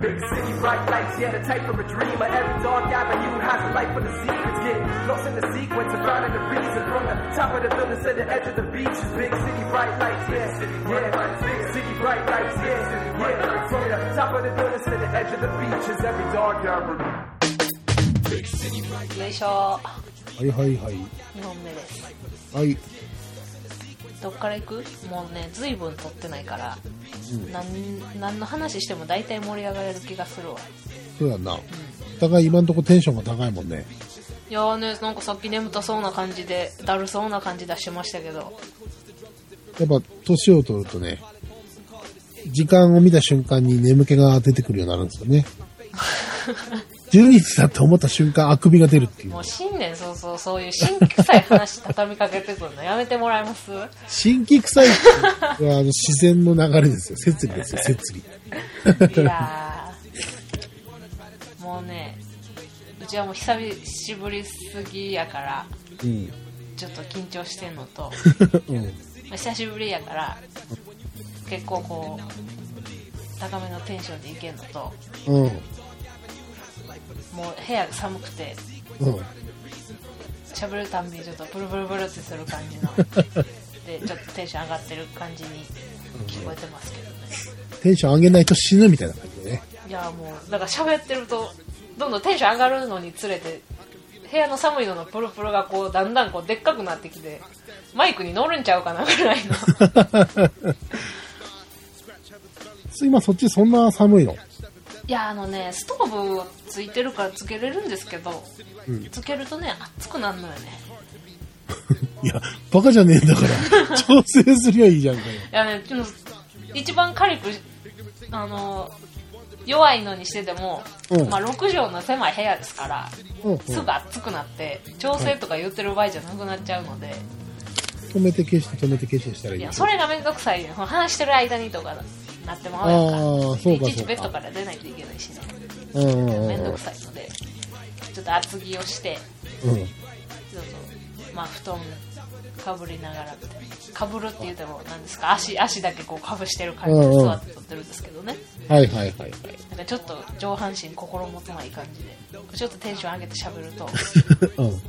Big city, bright lights, yeah, the type of a dreamer. Every dark avenue has a light for the secrets. Get lost in the sequence and finding the reason. From the top of the building to the edge of the beach. Big city, bright lights, yeah, yeah. Big city, bright lights, yeah, yeah. From the top of the building to the edge of the beach is every dark avenue. よいしょはいはいはい。 2本目ですはい。どっから行くもうね随分撮ってないから、なん、何の話しても大体盛り上がれる気がするわそうやんな。お互い今んとこテンションが高いもんね。いやーねなんかさっき眠たそうな感じでだるそうな感じ出してましたけどやっぱ年を取るとね、時間を見た瞬間に眠気が出てくるようになるんですよね。12時だと思った瞬間、あくびが出るっていうも。う新年早々そういう新規臭い話畳みかけてくるのやめてもらえ ます新規臭いっていうのはあの自然の流れですよ。摂理ですよ、摂理。いやーもうねうちはもう久しぶりすぎやからうん。ちょっと緊張してんのとうん。まあ久しぶりやから結構こう高めのテンションでいけんのとうん。もう部屋が寒くてうん。喋るたんびにちょっとブルブルブルってする感じ のでちょっとテンション上がってる感じに聞こえてますけどねテンション上げないと死ぬみたいな感じでね。いやもうだから喋ってるとどんどんテンション上がるのにつれて部屋の寒いののプルプルがこうだんだんこうでっかくなってきてマイクに乗るんちゃうかなぐらいの今そっちそんな寒いのいやあのねストーブついてるからつけれるんですけど、うんつけるとね熱くなるのよねいや、バカじゃねえんだから。調整すりゃいいじゃんかよ。いやね、ちょっと一番火力、あの、弱いのにしてても、うんまあ、6畳の狭い部屋ですから、うん、うん。すぐ熱くなって、調整とか言ってる場合じゃなくなっちゃうので、止めて消して止めて消してしたらいいいよや、それがめんどくさいね。話してる間にとかなってまうやんか。ああそうでかいちいそちうベッドかから出ないといけないしね。うんうんうんめんどくさいので、ちょっと厚着をして、うんちょっと、まあ、布団かぶりながらみたいな。かぶるって言っても、何ですか、足、足だけこうかぶしてる感じで座って撮ってるんですけどね。はいはいはいはいなんかちょっと上半身心もとない感じでちょっとテンション上げて喋るとうん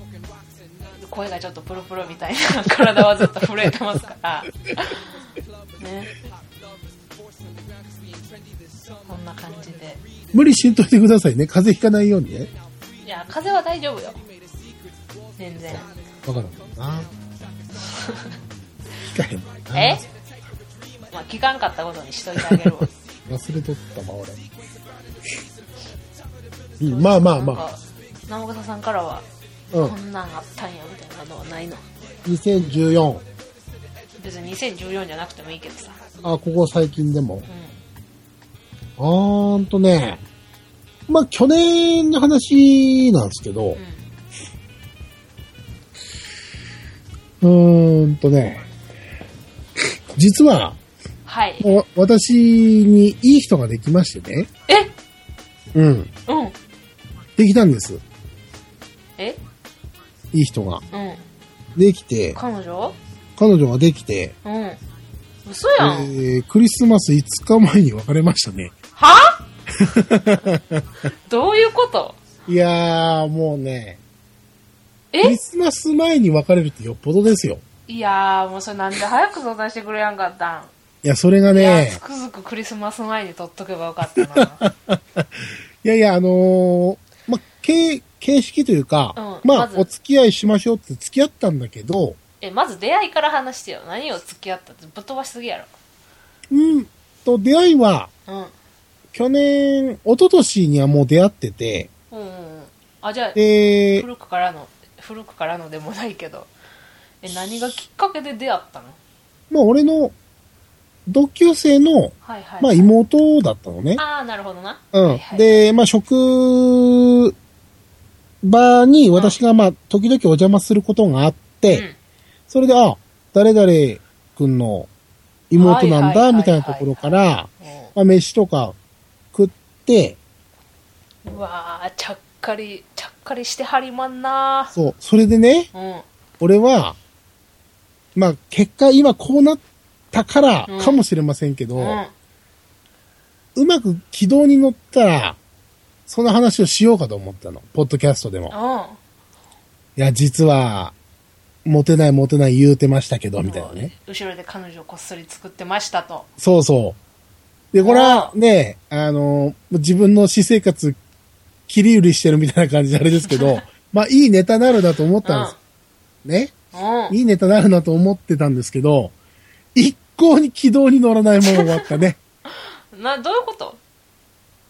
声がちょっとプルプルみたいな 体はずっと震えてますからねこんな感じで無理しんといてくださいね風邪ひかないようにねいや風邪は大丈夫よ全然わかるもんなひかへんもんなえまあ聞かんかったことにしといてあげるわ忘れとったわ俺うんまあまあなんまあか直笠さんからはうこんんなんあったんやみたいなのはないの2014別に2014じゃなくてもいいけどさあここ最近でもうあーんとねまあ去年の話なんですけど、んうんうーんとね、実は、はいお私にいい人ができましてね。えうん。うんできたんです。えいい人が。うんできて、彼女彼女ができて、うん嘘やん、えー、クリスマス5日前に別れましたね。は どういうこといやー、もうね、えクリスマス前に別れるってよっぽどですよ。いやーもうそれなんで早く相談してくれやんかったん、いや、それがいやねつ、くづくクリスマス前に取っとけばよか ったいやいや、あのー、ま、形、形式というか、うんままあ、ずお付き合いしましょうって付き合ったんだけど、えまず出会いから話してよ何を付き合ったってぶっ飛ばしすぎやうんと、出会いは、ろ去年、一昨年にはもう出会ってて、うんうんうんうんあじゃあで、古くからの古くからのでもないけどえ何がきっかけで出会ったのまあ俺の同級生の、はいはい、まあ妹だったのね。ああなるほどなうはいんは。いで、まあ職場に私がまあ時々お邪魔することがあっうて、んそれで、あ、誰々くんの妹なはいはんいはいはいだ、みたいなところから、まあ飯とか食って、うんうわーちゃっかりちゃっかりしてはりまんなそう、それでね、うん俺は、まあ、結果今こうなったからかもしれませんけど、うんうまく軌道に乗ったら、その話をしようかと思ったの。ポッドキャストでも。あいや、実は、モテないモテない言うてましたけど、みたいなね。後ろで彼女をこっそり作ってましたと。そうそう。で、これはね、あの、自分の私生活、切り売りしてるみたいな感じであれですけど、まあ、いいネタなるなと思ったんです。ね。うん。いいネタなるなと思ってたんですけど、一向に軌道に乗らないまま終わったね。な、どういうこと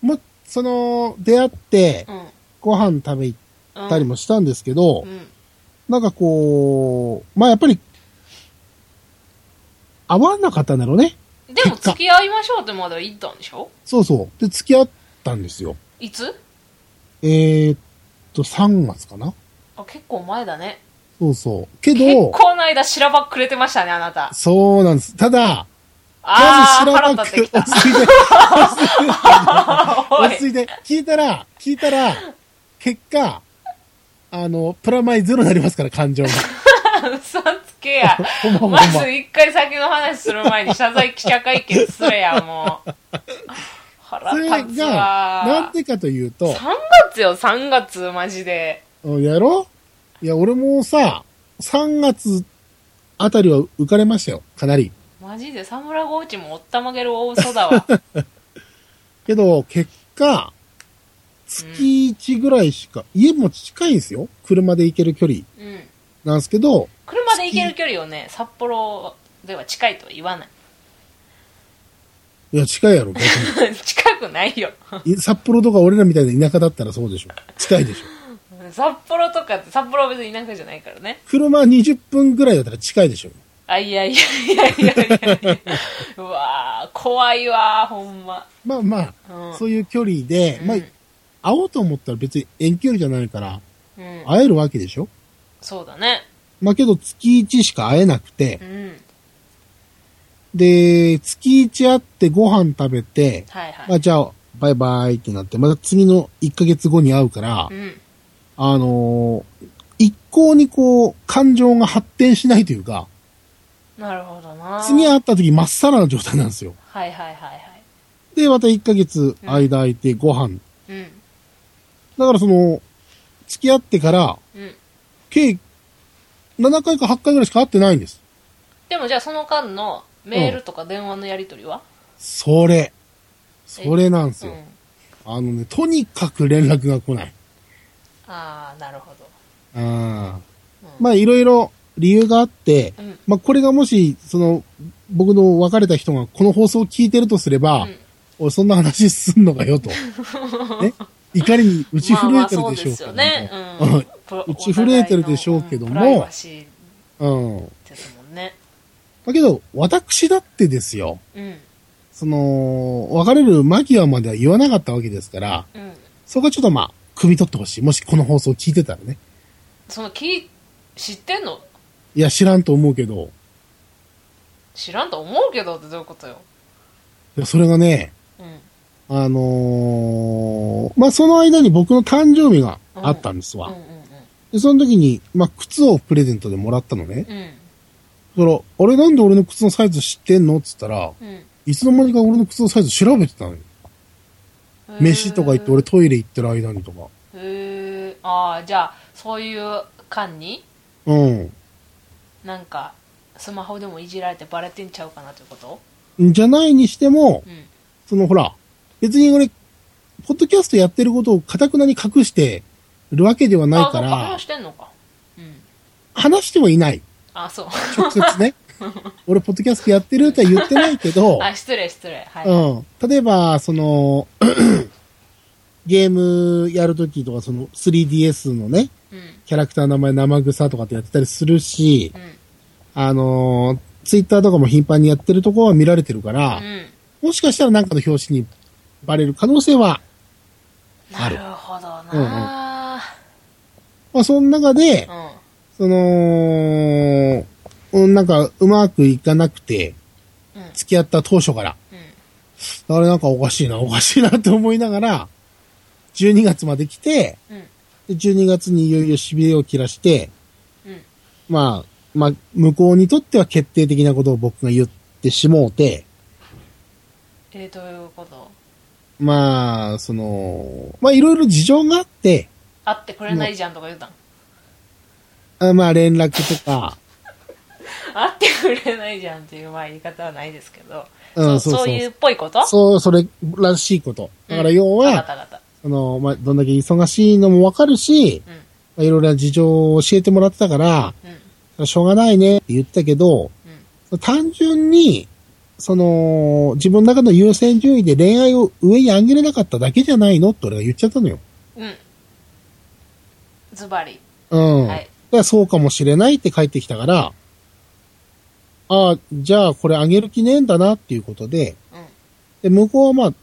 まあ、その、出会ってう、ん。ご飯食べ行うんったりもしたんですけど、うん。なんかこう、まあやっぱり、合わなかったんだろうね。でも付き合いましょうってまだ言ったんでしょそうそう。で、付き合ったんですよ。いつえー、っと、3月かなあ、結構前だね。そうそう。け結ど、構な間しらばっくれてましたね、あなた。そうなんです。ただ、あー、腹まず立って知きらなた。く、落ち着 おい。いて、落ち着いて、聞いたら、聞いたら、結果、あの、プラマイゼロになりますから、感情が。嘘つけや。ほん まほんままず一回先の話する前に謝罪記者会見すれや、も う。腹それが立、つわ。なんでかというと、 3月よ、3月、マジで。うんやろいや、俺もさ、3月あたりは浮かれましたよ、かなり。マジで、サムラゴーチもおったまげる大嘘 だわ。けど、結果、月1ぐらいしか、家も近いんですよ。車で行ける距離うん。なんですけど、車で行ける距離をね、札幌では近いとは言わない。 いや、近いやろ、別に近くないよ。 い札幌とか俺らみたいな田舎だったらそうでしょ。近いでしょ。札幌とかって、札幌は別に田舎じゃないからね。車20分ぐらいだったら近いでしょ。あ、いやいやいやいやいやい や。うわー、怖いわー、ほんま。まあまうあ、んそういう距離で、まあうん、会おうと思ったら別に遠距離じゃないから、うん。会えるわけでしょ。そうだね。まあけど、月1しか会えなくてう、ん。で、月1会ってご飯食べて、はいはまあい。じゃあ、バイバイってなって、また次の1ヶ月後に会うからう、ん。あのー一向にこう、感情が発展しないというか、なるほどな。次は。会った時まっさらな状態なんですよ。はいはいはいはい。で、また1ヶ月間空いてご飯。うん。だからその、付き合ってから、うん。計、7回か8回ぐらいしか会ってないんです。でもじゃあその間のメールとか電話のやりとりは、それ。それなんですうんよ。あのね、とにかく連絡が来ない。ああなるほどああ。まあ、いろいろ理由があって、うんまあ、これがもし、その、僕の別れた人がこの放送を聞いてるとすれば、うんおい、そんな話すんのかよ と。ね、怒りに打ち震えてるでしょうからね。まあまあそうですよね、うん うん打ち震えてるでしょうけどもプライバシーうん。ですもんねだけど、私だってですよ。うんその、別れる間際までは言わなかったわけですから、うんそこはちょっとまあ、汲み取ってほしい。もしこの放送を聞いてたらね。その聞知ってんのいや、知らんと思うけど、知らんと思うけどってどういうことよいやそれがね、うんあのーまあ、その間に僕の誕生日があったんですわ。うんうんで、その時に、まあ、靴をプレゼントでもらったのね。うんうんだから、あれなんで俺の靴のサイズ知ってんのって言ったら、うんいつの間にか俺の靴のサイズ調べてたのよ。へー飯とか行って、俺トイレ行ってる間にとか。へえああじゃあそういう間にうん。なんかスマホでもいじられてバレてんちゃうかなということじゃないにしてもう、んそのほら、別に俺、ポッドキャストやってることをかたくなに隠してるわけではないかあそっから話、してんのかうん話してはいない。あそう直接 ね。俺、ポッドキャストやってるとは言ってないけど、あ、失礼、失礼。はい。うん。例えば、その、 ゲームやるときとか、その 3DS のね、うん。キャラクターの名前生草とかってやってたりするしう、ん。あのーツイッターとかも頻繁にやってるとこは見られてるから、うん。もしかしたらなんかの表紙にバレる可能性は、なあるるほどなまあ、その中でう、ん。その、うんなんかうまくいかなくて、うん。付き合った当初から、うあれなんかおかしいな、おかしいなって思いながら、12月まで来て、ん。うん。で、12月にいよいよ痺れを切らして、うん。まあ、まあ、向こうにとっては決定的なことを僕が言ってしもうて、えー、どういうことまあ、その、まあいろいろ事情があって、会ってくれないじゃんとか言うたんあまあ連絡とか、会ってくれないじゃんっていうまあ言い方はないですけど、うんそそうそうそういうっぽいことそう、それらしいこと。だから要わかったは、わかったその、まあどんだけ忙しいのもわかるし、うんまあいろいろな事情を教えてもらってたから、うんしょうがないねって言ったけど、うん単純に、その、自分の中の優先順位で恋愛を上に上げれなかっただけじゃないのって俺が言っちゃったのよ。うん。ズバリ。うん。はいだからそうかもしれないって帰ってきたから、ああ、じゃあこれ上げる気ねえんだなっていうことで、うで、向こうはまあ、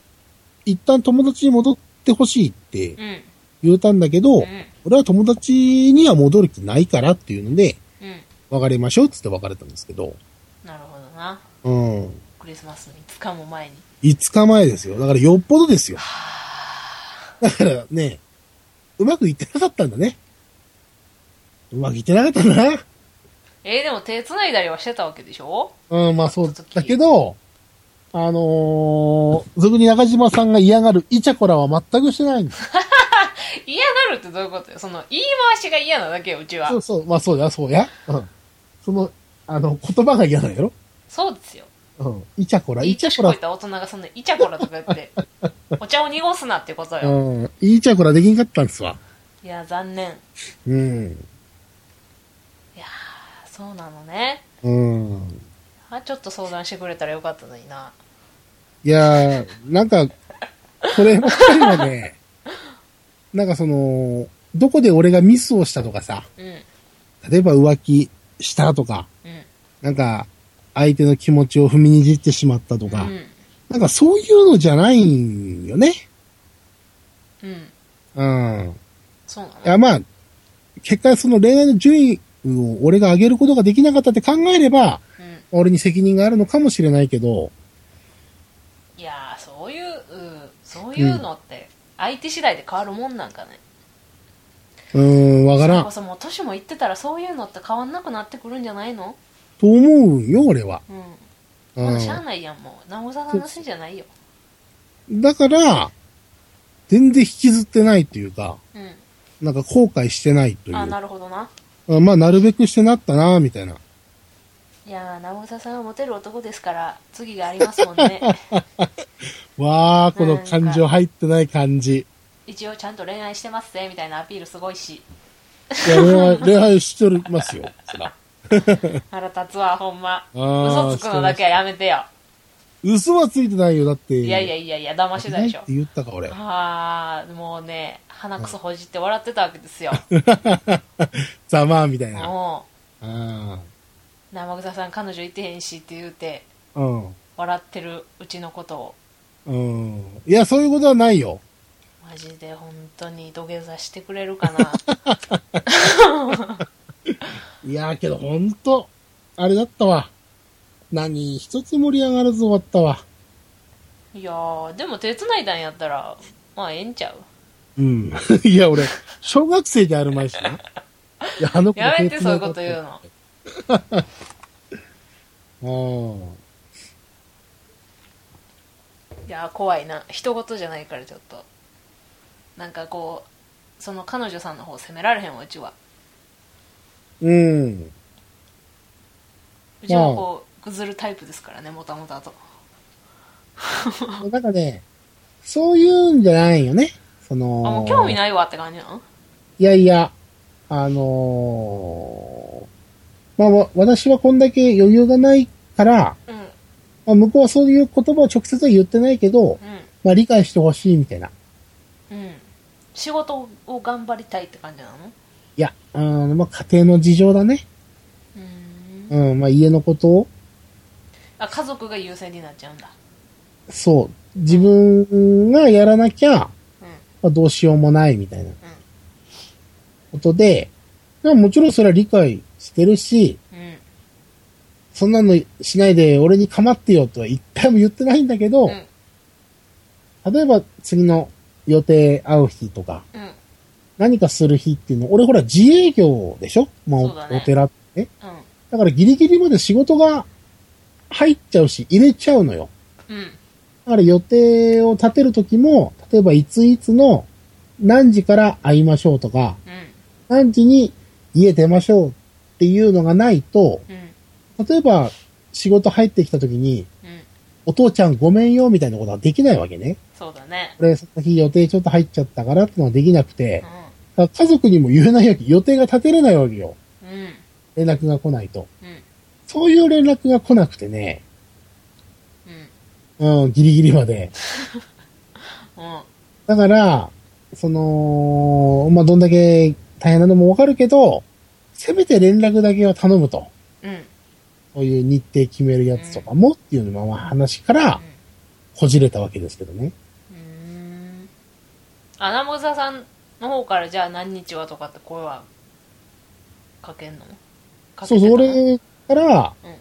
一旦友達に戻ってほしいってん。うん。言うたんだけど、うん。俺は友達には戻る気ないからっていうので、うん。別れましょうっつって別れたんですけど、なるほどな。うん。クリスマスの5日も前に。 5日前ですよ。だからよっぽどですよ。だからね、うまくいってなかったんだね。うまくいってなかったんだな。えー、でも手繋いだりはしてたわけでしょうん、まあそうだけど、あのー、俗に中島さんが嫌がるイチャコラは全くしてないんです。嫌がるってどういうことよその言い回しが嫌なだけよ、うちはそう。そう、まあそうや、そうや。うん。その、あの、言葉が嫌なんやろそうですよ。うん。イチャコラ、イイチチャャココラ。ラい。た大人がそんなイチャコラとか言 って、お茶を濁すなってことよ。うん。イチャコラできんかったんですわ。いや、残念。うん。あそうなのね。うん。あ、ちょっと相談してくれたらよかったのにな。いやー、なんか、こればっかりはね、 なんかその、どこで俺がミスをしたとかさ、うん。うん。例えば浮気したとか、なんか、相手の気持ちを踏みにじってしまったとうか、ん。なんかそういうのじゃないんよね。うん。うん。そういなのや、まあ、結果その恋愛の順位を俺が上げることができなかったって考えれば、うん。俺に責任があるのかもしれないけど、いやーそういう、うんそういうのって相手次第で変わるもんなんかね、うーん、わかそられんこ。そもう年もいってたらそういうのって変わんなくなってくるんじゃないのと思うよ、俺は。うんうんこんなしゃあないやんもう直沢さんのせいじゃないよだから、全然引きずってないというか、うなんか後悔してないといんあなう。るほどなまあ、なるべくしてなったな、みたいな。いやー直沢さんはモテる男ですから次がありますもん ねわー、この感情入ってない感じ。一応ちゃんと恋愛してますぜみたいなアピールすごいしいや、恋 愛、恋愛してるますよ。そら。腹立つわほんまあー嘘つくのだけはやめてよ嘘はついてないよ、だって。いやいやいやいや騙してたでしいょって言ったか、俺。 ああもうね鼻くそほじって笑ってたわけですよざまあ、みたいな。もうあ生臭さん彼女いてへんしって言うてー笑ってるうちのことをうん。うん。いや、そういうことはないよ。マジで本当に土下座してくれるかな いやー、けどほんと、あれだったわ。何一つ盛り上がらず終わったわ。いやーでも手繋いだんやったらまあええんちゃううん。いや、俺、小学生であるまいしな。いや、あの子やめてそう いうこと言うのの。あいやー怖いな人事じゃないからちょっとなんかこうその彼女さんの方責められへんわうちはうん。うちはこうぐずるタイプですからねもたもたとなんかね、そういうんじゃないよね。そのあ、もう興味ないわって感じなのいやいや、あのーまあ、わ私はこんだけ余裕がないから、うんうんまあ、向こうはそういう言葉を直接は言ってないけど、まあ、理解してほしいみたいな。うん仕事を頑張りたいって感じなのいや、あの、まあ、家庭の事情だね。うーんうん、まあ、家のことを、あ家族が優先になっちゃうんだそう、自分がやらなきゃ、うんまあ、どうしようもないみたいなことで、まあもちろんそれは理解してるし、うんそんなのしないで俺に構ってよとは一回も言ってないんだけど、うん例えば次の予定会う日とか、うん何かする日っていうの、俺ほら自営業でしょまあ、そうだねお寺ってね。うだからギリギリまで仕事が入っちゃうし、入れちゃうのよ。んうんだから予定を立てるときも、例えばいついつの何時から会いましょうとか、う何時に家出ましょうっていうのがないと、んうん例えば仕事入ってきたときに、うんお父ちゃんごめんよみたいなことはできないわけね。そうだねこれ、その日予定ちょっと入っちゃったからってのはできなくて、うだから家族にも言えないわけ、予定が立てれないわけよ。んうん連絡が来ないと。うんそういう連絡が来なくてね、うんうん、ギリギリまで。うんだから、その、まあ、どんだけ大変なのもわかるけど、せめて連絡だけは頼むと。うんそういう日程決めるやつとかもっていうのは話からこじれたわけですけどね。うーんアナモザさんの方からじゃあ何日はとかって声はかけんのかそけてたうそう、の俺からうん、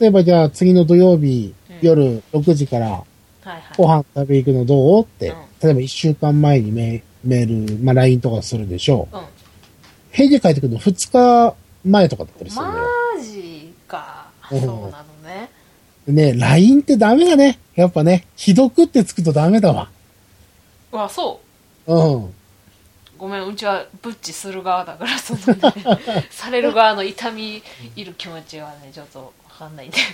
例えばじゃあ次の土曜日うん夜6時からはいはいご飯食べ行くのどうってうん、例えば1週間前にメメール、まあ、LINE とかするでしょう。うん平時帰ってくるの2日前とかだったりするのよ。マジかうそんうなのねでね、LINE ってダメだね。やっぱね、既読ってつくとダメだわ。うわそううん。ごめんうちはブッチする側だからその ねされる側の痛みいる気持ちはねちょっと分かんないんだよ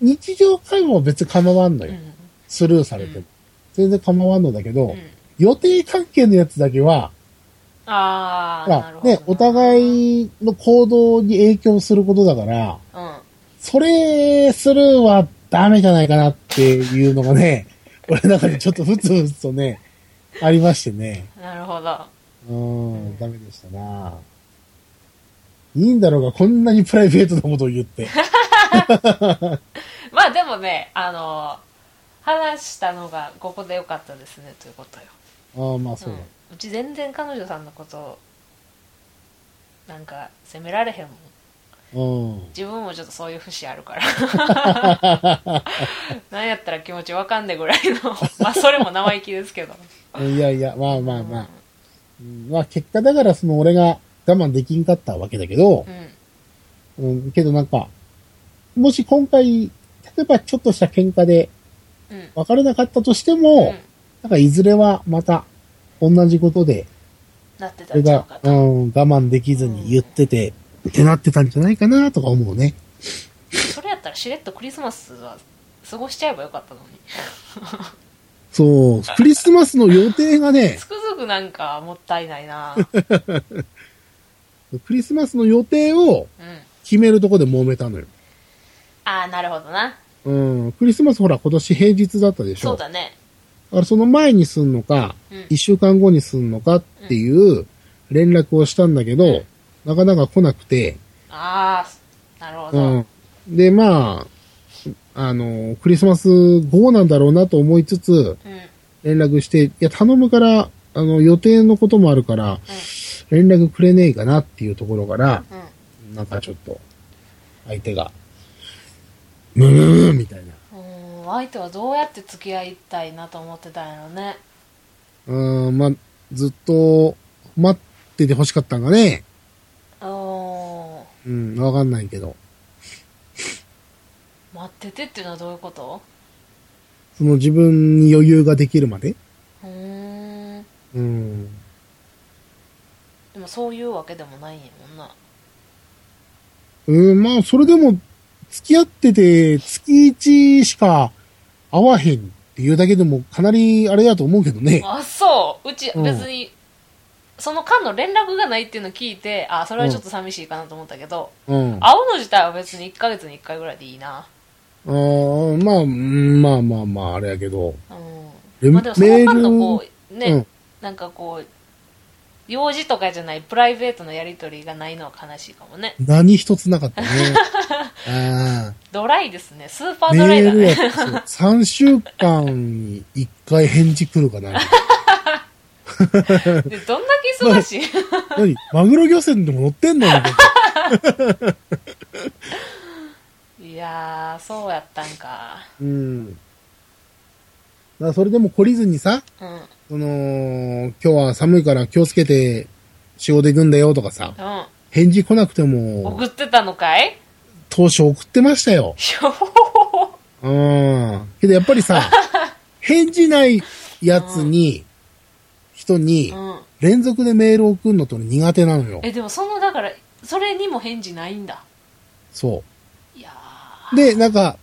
日常会話は別に構わんのよ。ねスルーされても。うん全然構わんのだけど、うん、うん、予定関係のやつだけは、ああほらなるほどなね、お互いの行動に影響することだから、うんそれスルーはダメじゃないかなっていうの がね、俺の中でちょっとふつふつとね、ありましてね。なるほどうん、ダメでしたな。いいんだろうが、こんなにプライベートなことを言って。まあでもね、あの話したのがここでよかったですねということよ。ああ、まあそううだ。ん、うち全然彼女さんのこと、なんか責められへんもん。うん。自分もちょっとそういう節あるから。 なんやったら気持ちわかんねえぐらいの。 まあそれも生意気ですけど。いやいや、まあまあまあ。うんまあ結果だからその俺が我慢できんかったわけだけどう、ん。うん、けどなんか、もし今回、例えばちょっとした喧嘩でうん。別れなかったとしてうもん、なんかいずれはまた同じことで、なってた俺んちゃうがか、うと。ん、我慢できずに言ってて、ってなってたんじゃないかなとか思うね。それやったらしれっとクリスマスは過ごしちゃえばよかったのに。そう、クリスマスの予定がね、つくづくなんかもったいないなクリスマスの予定うをん。決めるとこで揉めたのよ。ああ、なるほどな。うん、クリスマスほら今年平日だったでしょ。そうだね。だからその前にすんのか、うん一週間後にすんのかっていう連絡をしたんだけど、うんなかなか来なくて、ああ、なるほうど。うん。ん。で、まあ、あの、クリスマス後なんだろうなと思いつつ、連絡して、いや、頼むから、あの、予定のこともあるから、連絡くれねえかなっていうところから、うん。なんかちょっと、相手が、ムームーみたいな。うん、相手はどうやって付き合いたいなと思ってたんやろね。うん、まあ、ずっと、待ってて欲しかったんがね、うん。うん、わかんないけど。待っててっていうのはどういうことその自分に余裕ができるまで。うーん。うん。でもそういうわけでもないんやもんな。うん、まあ、それでも、付き合ってて、月1しか会わへんっていうだけでも、かなりあれだと思うけどね。あ、そう。うちうん別に、その間の連絡がないっていうのを聞いて、あ、それはちょっと寂しいかなと思ったけど、うん。あ会うの自体は別に1ヶ月に1回ぐらいでいいな。ーまあ、うんまあまあまあ、あれやけど。うえん。まあでもその間のこう、うねん、なんかこう、用事とかじゃないプライベートのやりとりがないのは悲しいかもね。何一つなかったね。あドライですね。スーパあ。ードライメだールね。やってそう3週間に1回返事来るか な。 で、どんだけ忙 しい何マグロ漁船でも乗ってんのみたいないやー、そうやったんか。うん。だからそれでも懲りずにさ、うん。うん。その、今日は寒いから気をつけて仕事行くんだよとかさ、返事来なくても、送ってたのかい当初送ってましたよ。ひょほほほ うん。けどやっぱりさ、返事ないやつに、人にうん、連続でメール送るのと苦手なのよ。えでもそのだからそれにも返事ないんだそいやう。で、なんか、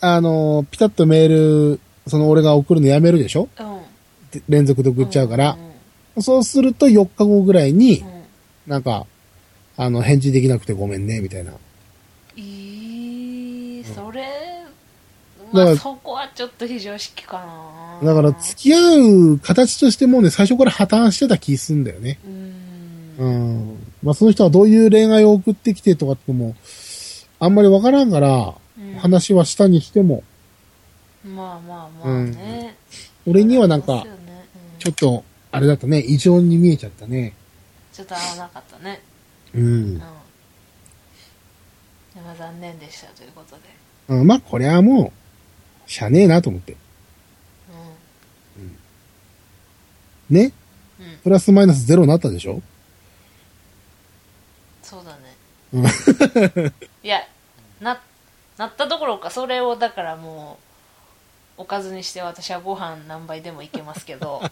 あのーピタッとメール、その俺が送るのやめるでしょーうんで連続で送っちゃうからん。そうすると4日後ぐらいにう、んなんか、あの、返事できなくてごめんね、みたいな。いいそれ、だかまあらそこはちょっと非常識かなだから、付き合う形としてもうね、最初から破綻してた気すんだよね。うんうん。まあ、その人はどういう恋愛を送ってきてとかっても、あんまりわからんから、うん話はしたにしても、まあまあまあね、俺にはなんそうかです、よねうんちょっと、あれだったね、異常に見えちゃったね。ちょっと合わなかったねうんうん。でも残念でしたということで、うん、まあ、これはもう、しゃねえなと思って。ねうんうん、プラスマイナスゼロになったでしょそうだねうんいやななったどころかそれをだからもうおかずにして私はご飯何杯でもいけますけど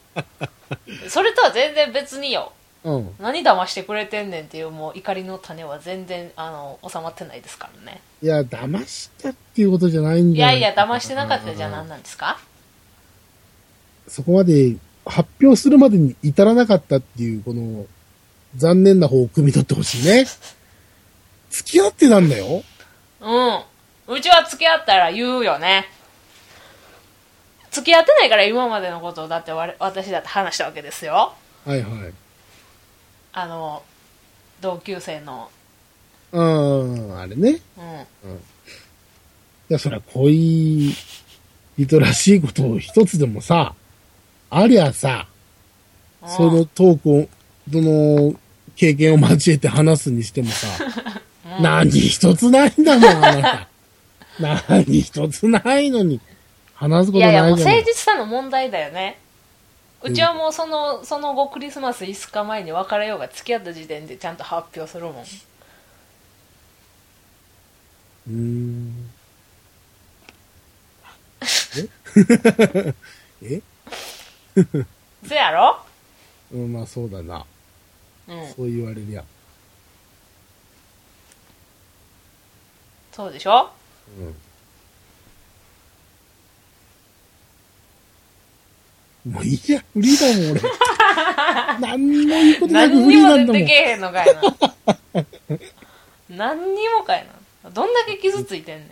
それとは全然別にようん。何騙してくれてんねんっていうもう怒りの種は全然あの収まってないですからねいや、騙したっていうことじゃないんいじゃなやいいや騙してなかったじゃうん何なんですかそこまで発表するまでに至らなかったっていう、この、残念な方を汲み取ってほしいね。付き合ってたんだようんうちは付き合ったら言うよね付き合ってないから今までのことをだってわれ私だって話したわけですよはいはい。あの同級生のうん、あれね。いうんや、そりゃ恋人らしいことを一つでもさ、ありゃさ、そのトークを、その、経験を交えて話すにしてもさ、 何一つないんだもん、あなた。何一つないのに、話すいことやないいやじゃないもう誠実さの問題だよねうちはもうそのその後クリスマス5日前に別れようが付き合った時点でちゃんと発表するもんうーん。ええそやろうん、まあそうだな。うんそう言われりゃ。そうでしょうん。もういい や、フリーだもん、俺。何も言うことなく何フにリーもな出んだもてんけ。えへんのかいな何にもかいなどんだけ傷ついてんね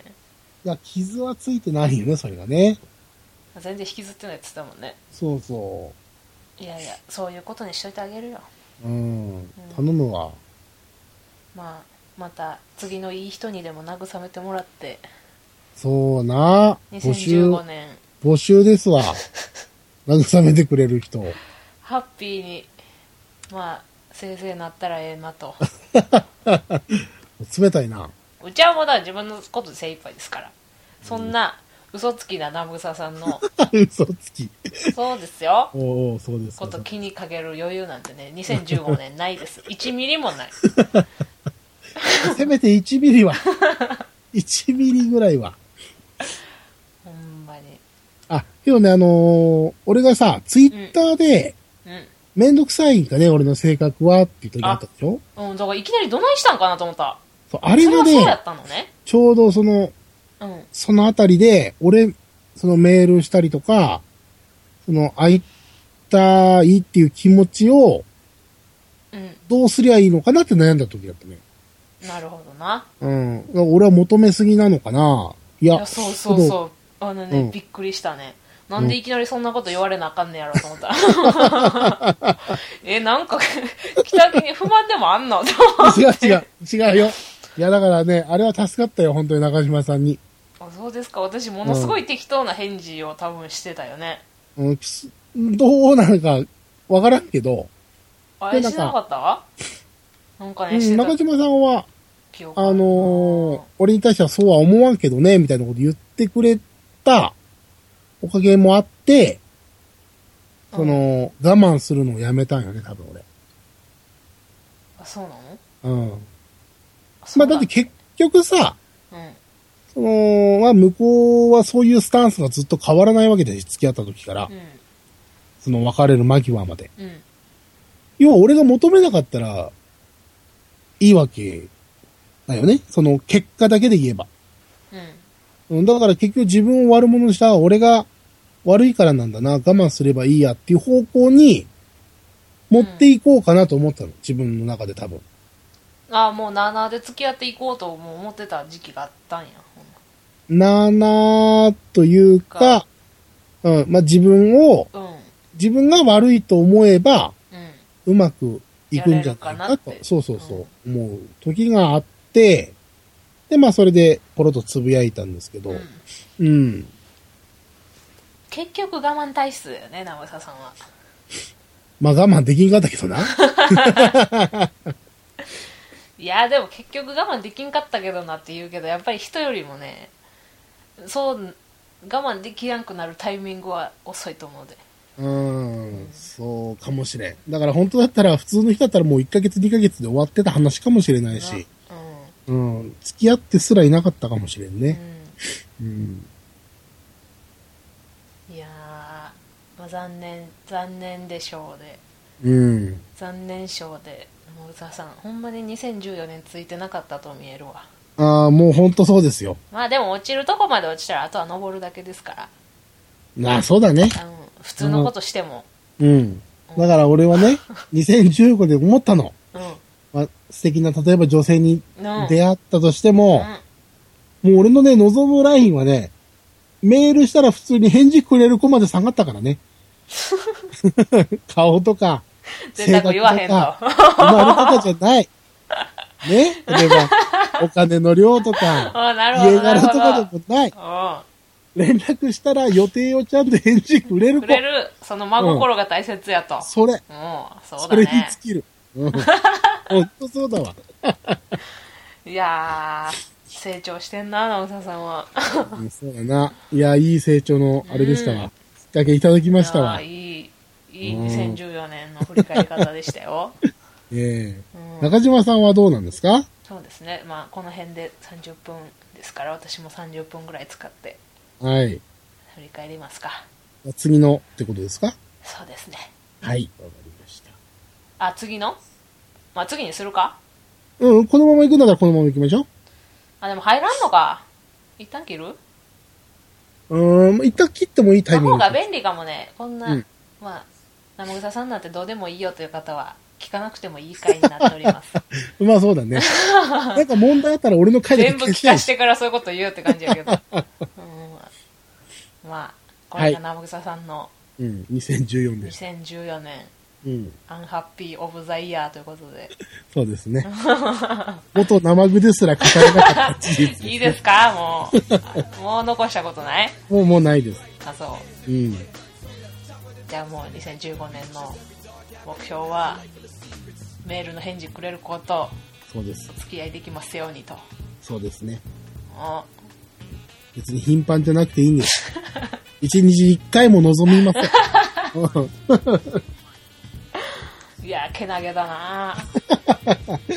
いや、傷はついてないよね、それがね。ん全然引きずってないって言ってたもんねそうそいやいやそういうことにしといてあげるよう。うん。頼むわ。まあまた次のいい人にでも慰めてもらってそうな。募集、 2015年募集ですわ。 慰めてくれる人。ハッピーにまあせいぜいなったらええなと 冷たいな。 うちはもうだから自分のことで精一杯ですからそんな嘘つきなナブサさん の嘘つき。そうですよおうおう、そうですこか。と気にかける余裕なんてね2015年ないです1ミリも ないせめて1ミリ は。1ミリぐらいは。ほんまにあ、けどね、あのー俺がさ、ツイッターで、うめんどくさいんかね、俺の性格はっていう時あったでしょん、うん、だからいきなりどないしたんかなと思ったそう、あそれれがはそうやねっ、たのねちょうどその、うんそのあたりで、俺、そのメールしたりとか、その、会いたいっていう気持ちを、うどうすりゃいいのかなって悩んだ時だったね。んなるほどなうん。だから俺は求めすぎなのかないいや、やそうそうけどそうあのね、うんびっくりしたねなんでいきなりそんなこと言われなあかんねやろと思った えなんか北国に不満でもあんの 違う違う、違うよ。いや、だからね、あれは助かったよ、本当に中島さんに。あそうですか私ものすごい適当な返事を多分してたよね、うん、きすどうなのか、わからんけど、あでれしてなかったなんかうねしてん、た中島さんは、記憶あのー俺に対してはそうは思わんけどね、みたいなこと言ってくれたおかげもあって、その、我慢するのをやめたんよね、多分俺。あそうなのうん。そまあ、うなだのって結局さ、うんその、まあ、向こうはそういうスタンスがずっと変わらないわけで、付き合った時から、うその別れる間際まで。んうん要は俺が求めなかったら、いいわけだよね。その結果だけで言えば。うんうんだから結局自分を悪者にした俺が悪いからなんだな、我慢すればいいやっていう方向に持っていこうかなと思ったの。自分の中で多分。ああもうなあなあで付き合っていこうとも思ってた時期があったんやほんななというか、うん、まあ、自分を、ま自分が悪いと思えば、うんうんうまくいくんじゃないかやれなるかとなっ。てそうそうそう、思う時があって、で、まあ、それで、ポロッとつぶやいたんですけど、うんうん。結局我慢体質だよね長澤さんはまあ、我慢できんかったけどな。いやでも結局我慢できんかったけどなって言うけどやっぱり人よりもねそう我慢できなくなるタイミングは遅いと思うでうん、そうかもしれん。だから本当だったら、普通の人だったらもう1ヶ月2ヶ月で終わってた話かもしれないし、ううん、付き合ってすらいなかったかもしれんん、ね。ううん。ん、いやー、まあ、残念残念でしょうでうん。残念賞で長澤さんほんまに2014年ついてなかったと見えるわああ、もう本当そうですよ。まあでも落ちるとこまで落ちたらあとは登るだけですからああ、そうだね。あの普通のことしてもうん。だから俺はね、2015で思ったの。うんうんまあ、素敵な、例えば女性にうん出会ったとしても、もう俺のね、望むラインはね、メールしたら普通に返事くれる子まで下がったか らね。顔とか、贅沢言わへんと性格とか生まれ方じゃない。ね例え ば、お金の量とか、ああなるほど家柄となるかほでもない。ど連絡したら予定をちゃんと返事くれうるん子く。れるその真心が大切やと、うん、それ、そうそだれに尽ねきる。うん。ほんとそうだわ。いやー成長してんな長澤さんはうんそうだな。いや、いい成長の、あれでしたわ。きっかけいただきましたわい。やーいいいい2014年の振り返り方でしたよ、ええうん、中島さんはどうなんですかそうですねまあこの辺で30分ですから私も30分ぐらい使ってはい。振り返りますか次のってことですかそうですねはい。わかりました。あ次のまあ次にするかうん、このまま行くんだからこのまま行きましょあでも入らんのか一旦切るう。うーん、一旦切ってもいいタイのミン方グが。 便利かもねこんな、うんまあ生臭さんなんてどうでもいいよという方は聞かなくてもいい回になっております まあそうだ ね。なんか問題あったら俺の回で全部聞かしてからそういうこと言うって感じや けど、うん、まあこれが生臭さんのうん、2014でした。 2014年うん、アンハッピーオブザイヤーということでそうです ね。元生具ですら語れなかった事実いいですかもうもう残したことないもう、もうないです。あそううん。じゃあもう2015年の目標はメールの返事くれる子とそうです。付き合いできますようにとそうですね。お別に頻繁じゃなくていいん です。一日一回も望みま せん。うんいやけなげだない